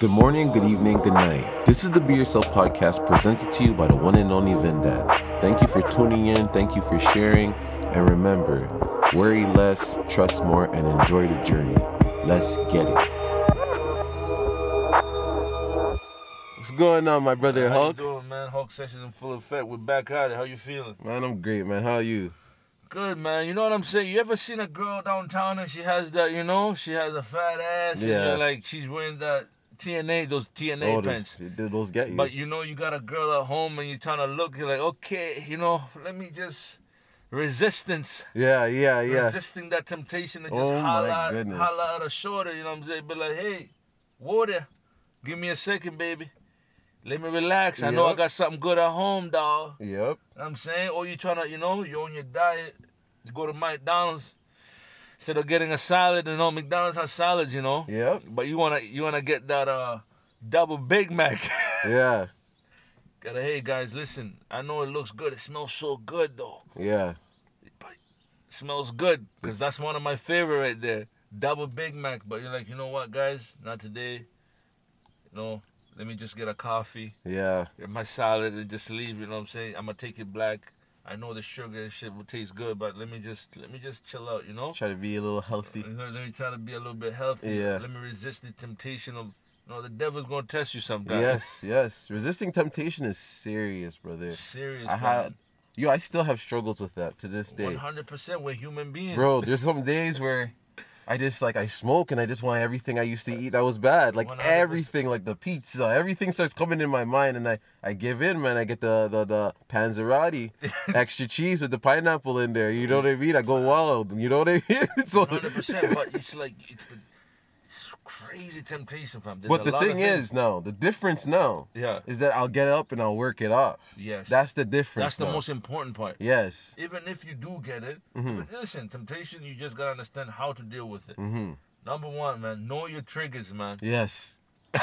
Good morning, good evening, good night. This is the Be Yourself podcast presented to you by the one and only Vendad. Thank you for tuning in, thank you for sharing, and remember worry less, trust more, and enjoy the journey. Let's get it. What's going on, my brother How you Hulk? doing, man? Hulk sessions in full effect. We're back at it. How you feeling? Man, I'm great, man. How are you? Good, man. You know what I'm saying? You ever seen a girl downtown and she has that, you know, she has a fat ass and Yeah. you're like she's wearing that TNA, those TNA Oh, pants. did, did those get you? But you know you got a girl at home and you're trying to look, you're like, okay, you know, let me just resistance. yeah, yeah, yeah. Resisting that temptation to just Oh, my holla, at- goodness. holla at a shorter, you know what I'm saying? Be like, hey, water, give me a second, baby. Let me relax. I know I Yep. got something good at home, dog. Yep. You know what I'm saying? Or you trying to, you know, you're on your diet, you go to McDonald's, instead of getting a salad, you know, McDonald's has salads, you know. Yep. But you wanna you wanna get that uh double Big Mac. Yeah. Gotta hey guys, listen, I know it looks good, it smells so good though. Yeah. It smells good, because that's one of my favorite right there. Double Big Mac. But you're like, you know what guys, not today. No, let me just get a coffee. Yeah. in my salad and just leave. You know what I'm saying? I'm gonna take it black. I know the sugar and shit will taste good, but let me just let me just chill out. You know? Try to be a little healthy. You know, Let me try to be a little bit healthy. Yeah. Let me resist the temptation of. You know, the devil's gonna test you sometimes. Yes, yes. Resisting temptation is serious, brother. Serious. I had, yo, I still have struggles with that to this One day, hundred percent. We're human beings. bro. There's some days where I just like I smoke and I just want everything I used to eat that was bad, like 100%. everything, like the pizza, everything starts coming in my mind, and I I give in, man. I get the the, the panzerati, extra cheese with the pineapple in there. You know what I mean? I go wild. You know what I mean? So, One hundred percent. But it's like it's the it's crazy temptation, fam. There's but a the lot of thing things- is now the difference now Yeah. is that I'll get up and I'll work it off. Yes. That's the difference. that's the now. most important part. Yes. even if you do get it, Mm-hmm. but listen, temptation, you just gotta understand how to deal with it. Mm-hmm. Number one, man, know your triggers, man. Yes.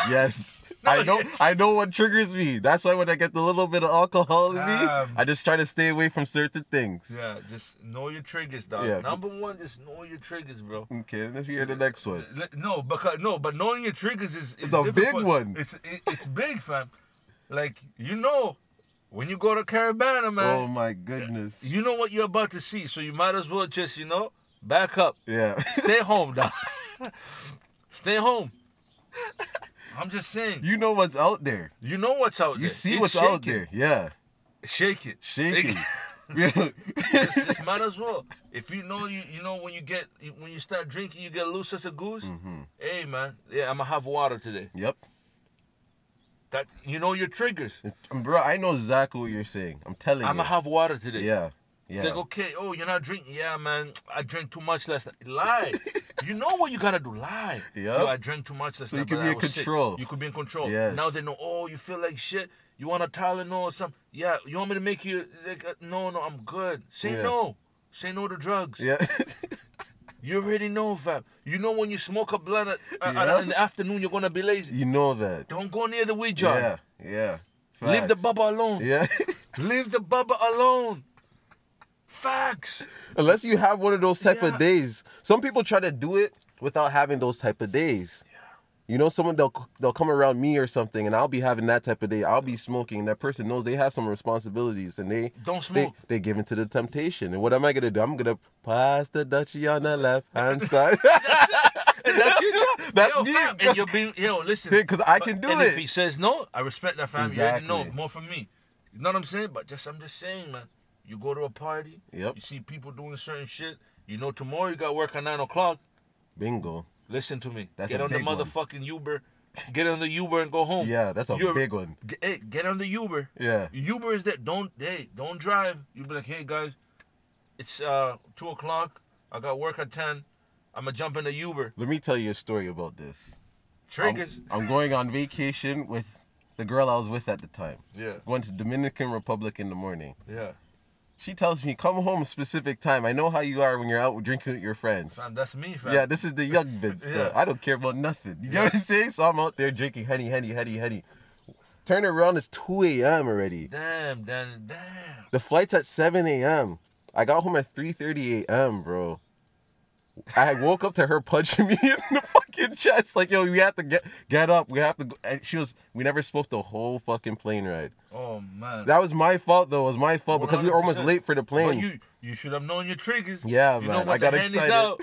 Yes. I know I know what triggers me. That's why when I get the little bit of alcohol in me, Um, I just try to stay away from certain things. Yeah, just know your triggers, dog. Yeah. Number one, just know your triggers, bro. Okay, let's hear the next one. L- No, because no, but knowing your triggers is, is a different big for- one. It's it, it's big, fam. Like you know, when you go to Caravana, man, Oh my goodness. you know what you're about to see, so you might as well just you know back up. Yeah. Stay home, dog. Stay home. I'm just saying. you know what's out there. You know what's out there. You see what's It's out shaking. there. Yeah. Shake it. Shaking. It- Yeah. It's just might as well. If you know you you know when you get when you start drinking you get loose as a goose. Mm-hmm. Hey man, yeah, I'm gonna have water today. yep. That you know your triggers. Um, Bro, I know exactly what you're saying. I'm telling I'm you. gonna have water today. yeah. Yeah. It's like okay, oh you're not drinking. Yeah man, I drank too much last night. Lie. you know what you gotta do. Lie. Yup. Yo, I drank too much last So you night. could but be I in was sick. control. You could be in control. Yes. Now they know. Oh, you feel like shit. You want a Tylenol or something? Yeah. You want me to make you like? uh, No, no, I'm good. Say Yeah. no. Say no to drugs. yeah. You already know, fam. You know when you smoke a blunt at, uh, uh, Yeah. in the afternoon, you're gonna be lazy. you know that. Don't go near the weed jar. Yeah. Yeah. Leave the Facts. bubba alone. Yeah. Leave the bubba alone. Facts. unless you have one of those type Yeah. of days. Some people try to do it without having those type of days. You know, someone they'll they'll come around me or something, and I'll be having that type of day. I'll be smoking, and that person knows they have some responsibilities, and they Don't they, smoke. they give into the temptation. And what am I gonna do? I'm gonna pass the Dutchie on the left hand side. And that's your job. That's yo, me. Fam, and you're being, yo, listen. Yeah, 'cause I but- can do and If it. he says no, I respect that, fam. You already know Exactly. more from me. You know what I'm saying? But just, I'm just saying, man. You go to a party. Yep. You see people doing certain shit. You know tomorrow you got work at nine o'clock. Bingo. Listen to me. That's get a on the big one. motherfucking Uber. Get on the Uber and go home. Yeah, that's a You're- big one. G- Hey, get on the Uber. Yeah. Uber is that don't hey don't drive. You be like, hey guys, it's uh two o'clock. I got work at ten. I'ma jump in the Uber. Let me tell you a story about this. I'm- Triggers. I'm, going on vacation with the girl I was with at the time. Yeah. Going to Dominican Republic in the morning. Yeah. She tells me, come home a specific time. I know how you are when you're out drinking with your friends. Fam, that's me, fam. Yeah, this is the young bit stuff. Yeah. I don't care about nothing. You know what I'm saying? So I'm out there drinking honey, honey, honey, honey. Turn around, it's 2 a.m. already. Damn, damn, damn. The flight's at 7 a.m. I got home at 3.30 a.m., bro. I woke up to her punching me in the fucking chest. Like, yo, we have to get get up. We have to. Go. And she was. We never spoke the whole fucking plane ride. Oh man. That was my fault though. It was my fault because we were almost 100%. late for the But plane. you you should have known your triggers. Yeah, you man, Know when I got the hand excited. Is out,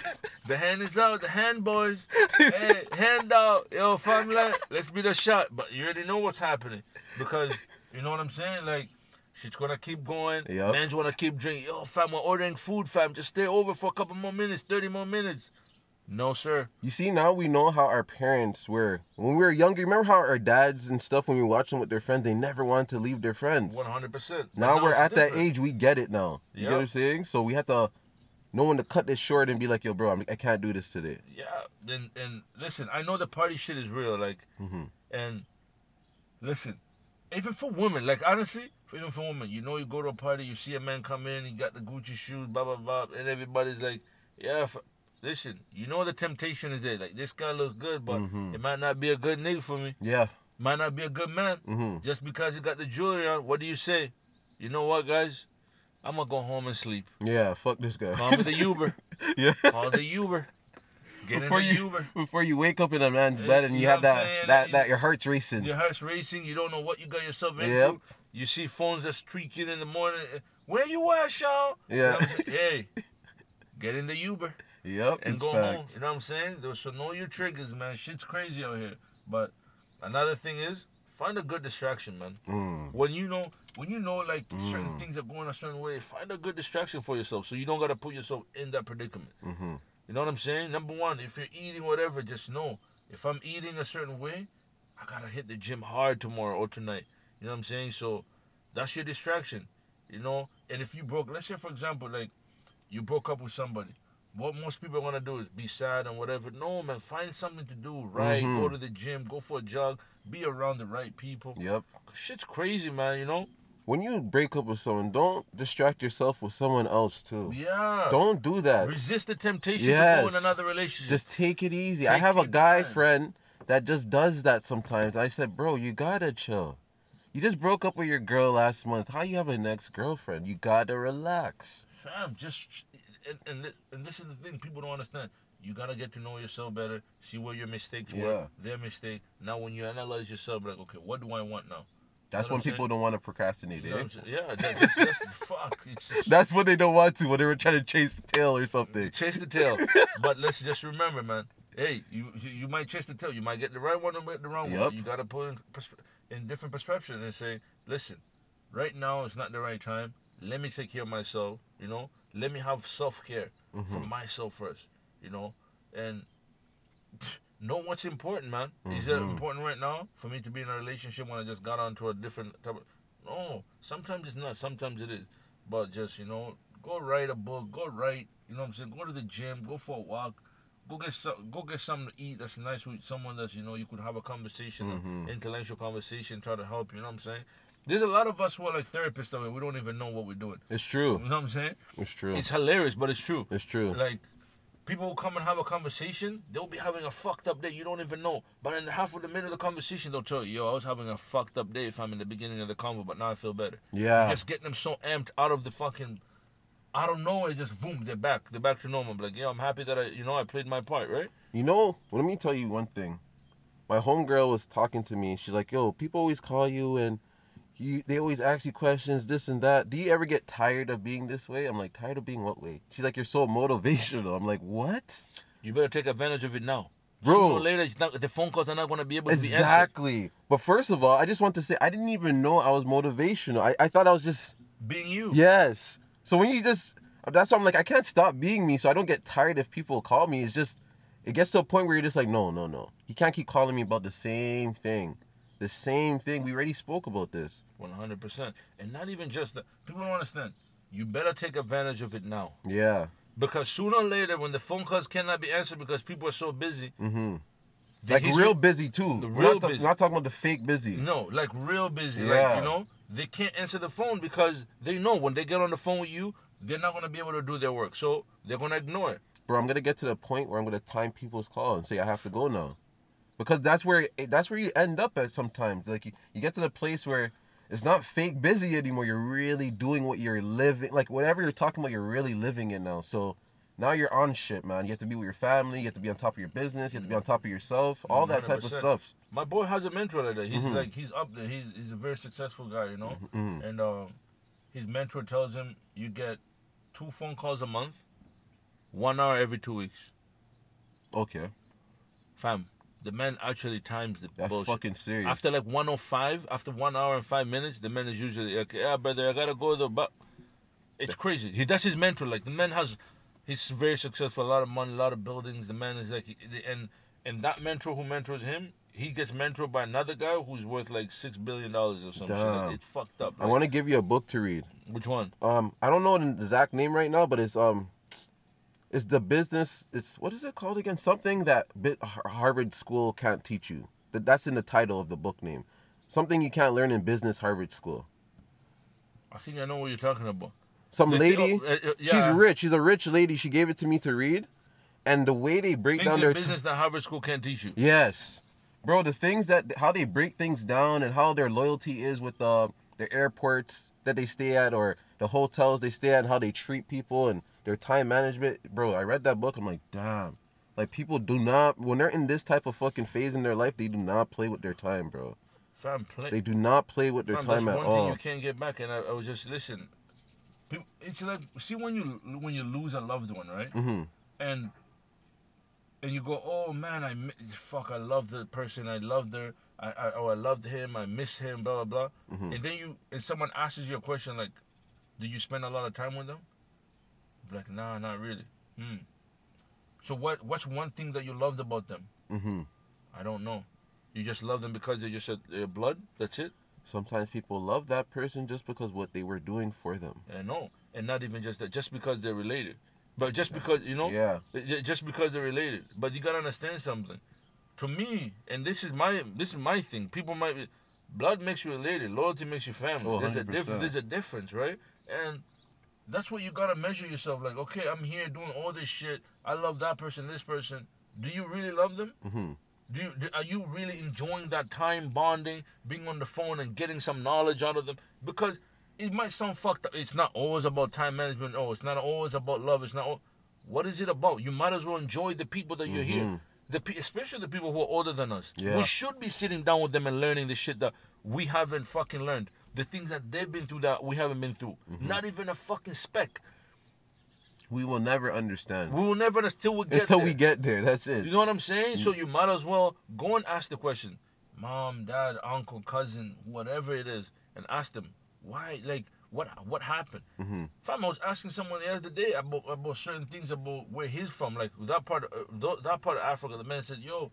the hand is out. The hand boys. hey, hand out. Yo, family, let's be the shot. But you already know what's happening because you know what I'm saying. Like she's gonna keep going. Yup. Man's gonna keep drinking. Yo, fam, we're ordering food, fam. Just stay over for a couple more minutes, thirty more minutes. No, sir. You see, now we know how our parents were when we were younger. Remember how our dads and stuff when we watched them with their friends, they never wanted to leave their friends. One hundred percent. Now we're at that age, we get it now. You get Yup. what I'm saying? So we have to know when to cut this short and be like, yo, bro, I'm, I can't do this today. Yeah, and and listen, I know the party shit is real, like, Mm-hmm. and listen, even for women, like honestly, even for women, you know, you go to a party, you see a man come in, he got the Gucci shoes, blah blah blah, and everybody's like, yeah, f- listen, you know the temptation is there, like this guy looks good, but Mm-hmm. it might not be a good nigga for me, Yeah. might not be a good man, Mhm. just because he got the jewelry on. What do you say? You know what, guys? I'm gonna go home and sleep. Yeah. Fuck this guy. Call me the Uber. yeah. Call the Uber. Get Before in the you Uber. before you wake up in a man's Yeah, bed and you you, know have what I'm that saying? that You- that your heart's racing. Your heart's racing. You don't know what you got yourself into. Yep. You see phones that's tweaking in the morning. eh, Where you at, Sean? You know Yeah. what I'm saying? hey, get in the Uber Yep. and it's go home. facts. You know what I'm saying? There- So know your triggers, man. Shit's crazy out here. But another thing is, find a good distraction, man. Mm. When you know, when you know, like certain things are going a certain way, find a good distraction for yourself, so you don't gotta put yourself in that predicament. Mhm. You know what I'm saying? Number one, if you're eating whatever, just know if I'm eating a certain way, I gotta hit the gym hard tomorrow or tonight. You know what I'm saying? So that's your distraction. You know? And if you broke let's say for example, like you broke up with somebody. What most people wanna do is be sad and whatever. No man, find something to do, right? Mhm. Go to the gym, go for a jog, be around the right people. Yep. Shit's crazy, man, you know? When you break up with someone, don't distract yourself with someone else too. Yeah. Don't do that. resist the temptation to go in Yes. another relationship. Just take it easy. I Take have a your guy time. friend that just does that sometimes. I said, bro, you gotta chill. You just broke up with your girl last month. How you have an ex girlfriend? You gotta relax. Fam, just and, and thi- and this is the thing people don't understand. You gotta get to know yourself better, see where your mistakes Yeah. were, their mistake. Now, when you analyze yourself, like, okay, what do I want now? That's Know what when I'm people saying? don't want to procrastinate. You know eh? what I'm saying? Yeah, that, that's, that's fuck. It's just, That's when they don't want to when they were trying to chase the tail or something. chase the tail, but let's just remember, man. Hey, you you you might chase the tail. You might get the right one or get the wrong Yup. one. You gotta put in, persp- in different perception and say, listen, right now it's not the right time. Let me take care of myself. You know, let me have self care for myself first. You know, and know what's important, man. Is it important right now for me to be in a relationship when I just got onto a different type of? No, sometimes it's not. Sometimes it is. But just you know, go write a book. Go write. You know what I'm saying? Go to the gym. Go for a walk. Go get some. Go get something to eat. That's nice with someone that's you know you could have a conversation, a intellectual conversation. Try to help. You know what I'm saying? There's a lot of us who are like therapists out here. We don't even know what we're doing. It's You true. know what I'm saying? It's true. It's hilarious, but it's true. It's true. Mm-hmm. Like, people will come and have a conversation. They'll be having a fucked up day. You don't even know. But in the half of the middle of the conversation, they'll tell you, "Yo, I was having a fucked up day if I'm in the beginning of the convo, but now I feel better." Yeah. You're just getting them so amped out of the fucking, I don't know. It just boom, they're back. They're back to normal. Like, yeah, I'm happy that I, you know, I played my part, right? You know, let me tell you one thing. My homegirl was talking to me. She's like, "Yo, people always call you and you they always ask you questions, this and that. Do you ever get tired of being this way?" I'm like, "Tired of being what way?" She's like, "You're so motivational." I'm like, "What?" You better take advantage of it now. Bro. Sooner or later, it's not, the phone calls are not gonna be able to be answered. Exactly. But first of all, I just want to say I didn't even know I was motivational. I, I thought I was just Being you. yes. So when you just that's why I'm like I can't stop being me, so I don't get tired if people call me. It's just it gets to a point where you're just like, no, no, no. You can't keep calling me about the same thing. The same thing. We already spoke about this. One hundred percent. And not even just that. People don't understand. You better take advantage of it now. Yeah. Because sooner or later, when the phone calls cannot be answered because people are so busy, the Mm-hmm. like history- real busy too. the We're real not ta- busy. We're not talking about the fake busy. no, like real busy, like Yeah. you know, they can't answer the phone because they know when they get on the phone with you, they're not gonna be able to do their work, so they're gonna ignore it. Bro, I'm gonna get to the point where I'm gonna time people's call and say I have to go now, because that's where it- that's where you end up at sometimes. Like you, you get to the place where it's not fake busy anymore. You're really doing what you're living. Like whatever you're talking about, you're really living it now. So Now you're on shit, man. You have to be with your family. You have to be on top of your business. You have to be on top of yourself. All that type of 100%. stuff. My boy has a mentor like that. He's Mm-hmm. like he's up there. He's he's a very successful guy, you know. And um, his mentor tells him you get two phone calls a month, one hour every two weeks. Okay, Fam, the man actually times the that's bullshit. fucking serious. After like 105, after one hour and five minutes, the man is usually like, yeah, brother, I gotta go to the but it's crazy. He that's his mentor. Like the man has he's very successful, a lot of money, a lot of buildings. The man is like and and that mentor who mentors him, he gets mentored by another guy who's worth like six billion dollars or something. Damn. Like, it's fucked up. I want to give you a book to read. Which one? Um, I don't know the exact name right now, but it's um, it's the business. It's what is it called again? Something that bit Har- Harvard School can't teach you. That that's in the title of the book name. Something you can't learn in business Harvard School. I think I know what you're talking about. Some They- lady, oh, uh, uh, she's yeah. rich. She's a rich lady. She gave it to me to read, and the way they break Things down in their t- business that Harvard School can't teach you. Yes, bro. The things that how they break things down and how their loyalty is with uh, the airports that they stay at or the hotels they stay at and how they treat people and their time management, bro. I read that book. I'm like, damn. Like people do not when they're in this type of fucking phase in their life, they do not play with their time, bro. Fam, play, They do not play with their Fam, time that's at one all. thing you can't get back. And I, I was just listen. peop- It's like see when you when you lose a loved one, right? Mm-hmm. And and you go, oh man, I mi- fuck, I love the person, I loved her, I, I oh I loved him, I miss him, blah blah blah. And then you and someone asks you a question like, do you spend a lot of time with them? You're like, nah, not really. Hmm. So what what's one thing that you loved about them? hmm I don't know. You just love them because they're just a, they're blood. That's it. Sometimes people love that person just because what they were doing for them. I know, and not even just that, just because they're related, but just because you know, Yeah. ju- just because they're related. But you gotta understand something. To me, and this is my this is my thing. People might be, blood makes you related, loyalty makes you family. Oh, there's a 100%. difference. There's a difference, right? And that's what you gotta measure yourself. Like, okay, I'm here doing all this shit. I love that person, this person. Do you really love them? Mhm. Do you do, are you really enjoying that time bonding, being on the phone, and getting some knowledge out of them? Because it might sound fucked up. It's not always about time management. Oh, it's not always about love. It's not. All, what is it about? You might as well enjoy the people that you're here. The pe- especially the people who are older than us. Yeah. We should be sitting down with them and learning the shit that we haven't fucking learned. The things that they've been through that we haven't been through. Mm-hmm. Not even a fucking speck. We will never understand We will never until we get until there. we get there. That's it. You know what I'm saying? Mm. So you might as well go and ask the question, mom, dad, uncle, cousin, whatever it is, and ask them why, like, what what happened? Mm-hmm. Fam, I was asking someone the other day about about certain things about where he's from, like that part, of, uh, tho- that part of Africa. The man said, "Yo,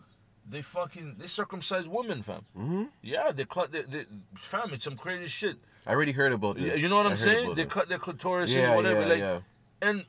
they fucking they circumcise women, fam. Mm-hmm. Yeah, they cut, they, they, fam, it's some crazy shit. I already heard about Yeah, this. you know what I I'm heard saying? about They it. cut their clitoris, Yeah, and whatever, yeah, like, yeah. and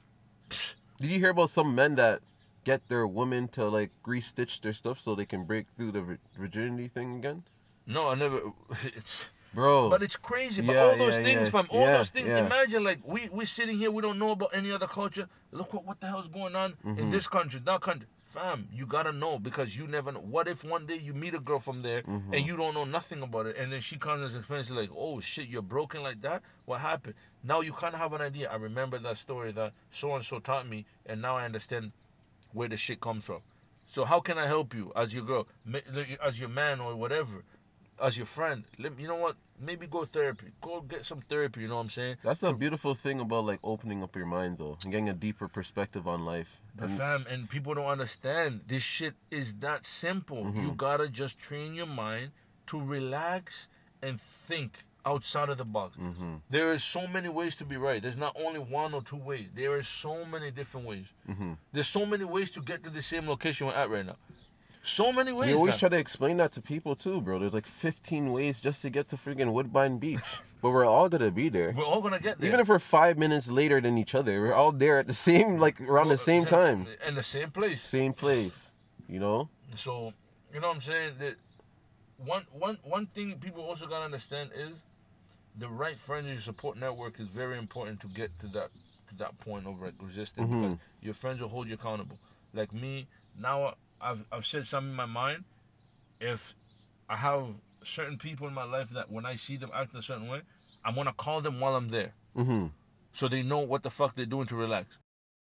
Did you hear about some men that get their women to like re-stitch their stuff so they can break through the vir- virginity thing again? no, I never. It's, Bro, But it's crazy. But Oh. Yeah, all those yeah, things, yeah. fam. All Yeah, those things. yeah. Imagine, like, we we sitting here, we don't know about any other culture. Look what what the hell's going on in this country, that country, fam. You gotta know because you never know. What if one day you meet a girl from there and you don't know nothing about it, and then she comes and explains like, oh shit, you're broken like that. What happened? Now you kind of have an idea. I remember that story that so and so taught me, and now I understand where the shit comes from. So how can I help you as your girl, ma- as your man or whatever, as your friend? Let you know what? Maybe go therapy. Go get some therapy. You know what I'm saying? that's a beautiful thing about like opening up your mind though and getting a deeper perspective on life. But fam, and people don't understand. This shit is that simple. Mm-hmm. You gotta just train your mind to relax and think outside of the box. Mm-hmm. There is so many ways to be right. There's not only one or two ways. There are so many different ways. Mm-hmm. There's so many ways to get to the same location we're at right now. So many ways. We always fam. try to explain that to people too, bro. There's like 15 ways just to get to freaking Woodbine Beach, but we're all gonna be there. We're all gonna get there. Even if we're five minutes later than each other, we're all there at the same like around the same time, Uh, In the same place. same place. You know? So, you know what I'm saying? That one one one thing people also gotta understand is the right friends and your support network is very important to get to that to that point of like resistance because your friends will hold you accountable. Like me, now I've I've said something in my mind. If I have certain people in my life that when I see them act a certain way, I'm gonna call them while I'm there. Mm-hmm. so they know what the fuck they're doing to relax.